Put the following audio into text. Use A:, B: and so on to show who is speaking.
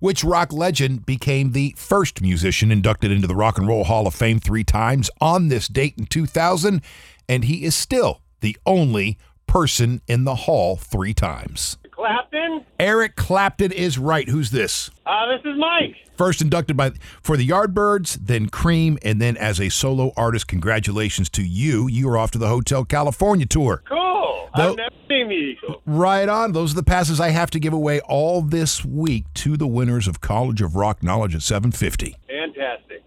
A: which rock legend became the first musician inducted into the Rock and Roll Hall of Fame three times on this date in 2000, and he is still the only person in the hall three times.
B: Clapton?
A: Eric Clapton is right. Who's this?
B: Uh, this is Mike.
A: First inducted by for the Yardbirds, then Cream, and then as a solo artist. Congratulations to you. You are off to the Hotel California tour.
B: Cool.
A: Nope.
B: I've never seen the Eagles.
A: Right on. Those are the passes I have to give away all this week to the winners of College of Rock Knowledge at 750.
B: Fantastic.